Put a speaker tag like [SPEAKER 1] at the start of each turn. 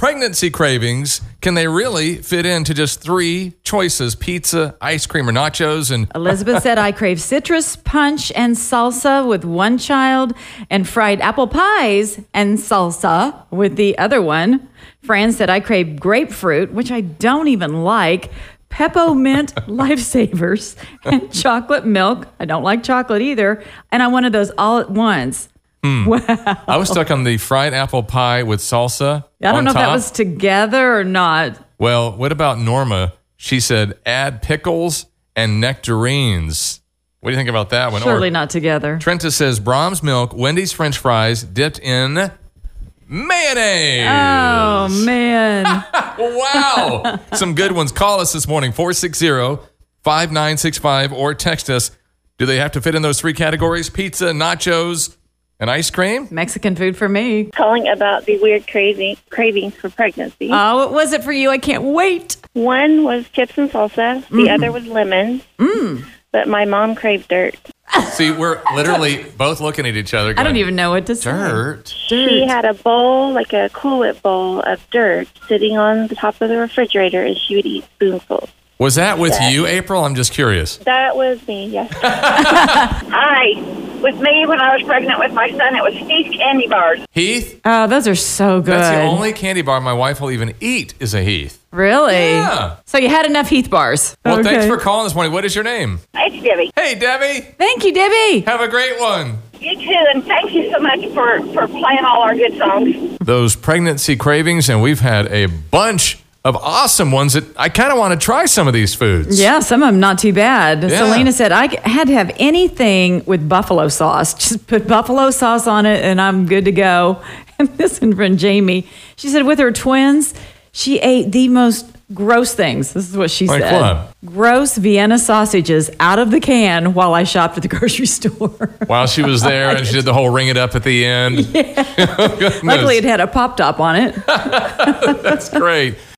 [SPEAKER 1] pregnancy cravings can they really fit into just three choices pizza, ice cream, or nachos? And
[SPEAKER 2] Elizabeth said, I crave citrus punch and salsa with one child and fried apple pies and salsa with the other one. Fran said, I crave grapefruit, which I don't even like, peppermint lifesavers, and chocolate milk. I don't like chocolate either. And I wanted those all at once.
[SPEAKER 1] I was stuck on the fried apple pie with salsa.
[SPEAKER 2] I
[SPEAKER 1] on
[SPEAKER 2] don't know if that
[SPEAKER 1] top.
[SPEAKER 2] was together or not.
[SPEAKER 1] Well, what about Norma? She said, add pickles and nectarines. What do you think about that one?
[SPEAKER 2] Surely
[SPEAKER 1] or,
[SPEAKER 2] not together.
[SPEAKER 1] Trenta says, Brahms milk, Wendy's french fries dipped in mayonnaise.
[SPEAKER 2] Oh, man.
[SPEAKER 1] Wow. Some good ones. Call us this morning, 460 5965, or text us. Do they have to fit in those three categories? Pizza, nachos, and ice cream?
[SPEAKER 2] Mexican food for me.
[SPEAKER 3] calling about the weird craving, cravings for pregnancy.
[SPEAKER 2] Oh, what was it for you? I can't wait.
[SPEAKER 3] One was chips and salsa, the other was lemon. Mm. But my mom craved dirt.
[SPEAKER 1] See, we're literally both looking at each other.
[SPEAKER 2] I
[SPEAKER 1] Going,
[SPEAKER 2] don't even know what to say.
[SPEAKER 1] Dirt.
[SPEAKER 3] She
[SPEAKER 2] Dirt.
[SPEAKER 3] had a bowl, like a Cool Whip bowl of dirt, sitting on the top of the refrigerator, and she would eat spoonfuls.
[SPEAKER 1] Was that with you, April? I'm just curious.
[SPEAKER 3] That was me, yes.
[SPEAKER 4] Hi. With me, when I was pregnant with my son, it was Heath candy bars.
[SPEAKER 1] Heath?
[SPEAKER 2] Oh, those are so good.
[SPEAKER 1] That's the only candy bar my wife will even eat is a Heath.
[SPEAKER 2] really?
[SPEAKER 1] Yeah.
[SPEAKER 2] So you had enough Heath bars.
[SPEAKER 1] Well, thanks
[SPEAKER 2] Okay.
[SPEAKER 1] for calling this morning. What is your name?
[SPEAKER 4] It's Debbie.
[SPEAKER 1] Hey, Debbie.
[SPEAKER 2] Thank you, Debbie.
[SPEAKER 1] Have a great one.
[SPEAKER 4] You too, and thank you so much for, for playing all our good songs.
[SPEAKER 1] Those pregnancy cravings, and we've had a bunch of awesome ones that I kind of want to try some of these foods.
[SPEAKER 2] Yeah, some of them not too bad.
[SPEAKER 1] Yeah.
[SPEAKER 2] Selena said, I had to have anything with buffalo sauce. Just put buffalo sauce on it and I'm good to go. And this one from Jamie. She said, with her twins, she ate the most gross things. This is what she
[SPEAKER 1] Like
[SPEAKER 2] said
[SPEAKER 1] what?
[SPEAKER 2] gross Vienna sausages out of the can while I shopped at the grocery store.
[SPEAKER 1] While she was there, and she did the whole ring it up at the end.
[SPEAKER 2] Luckily, it had a pop top on it.
[SPEAKER 1] That's great.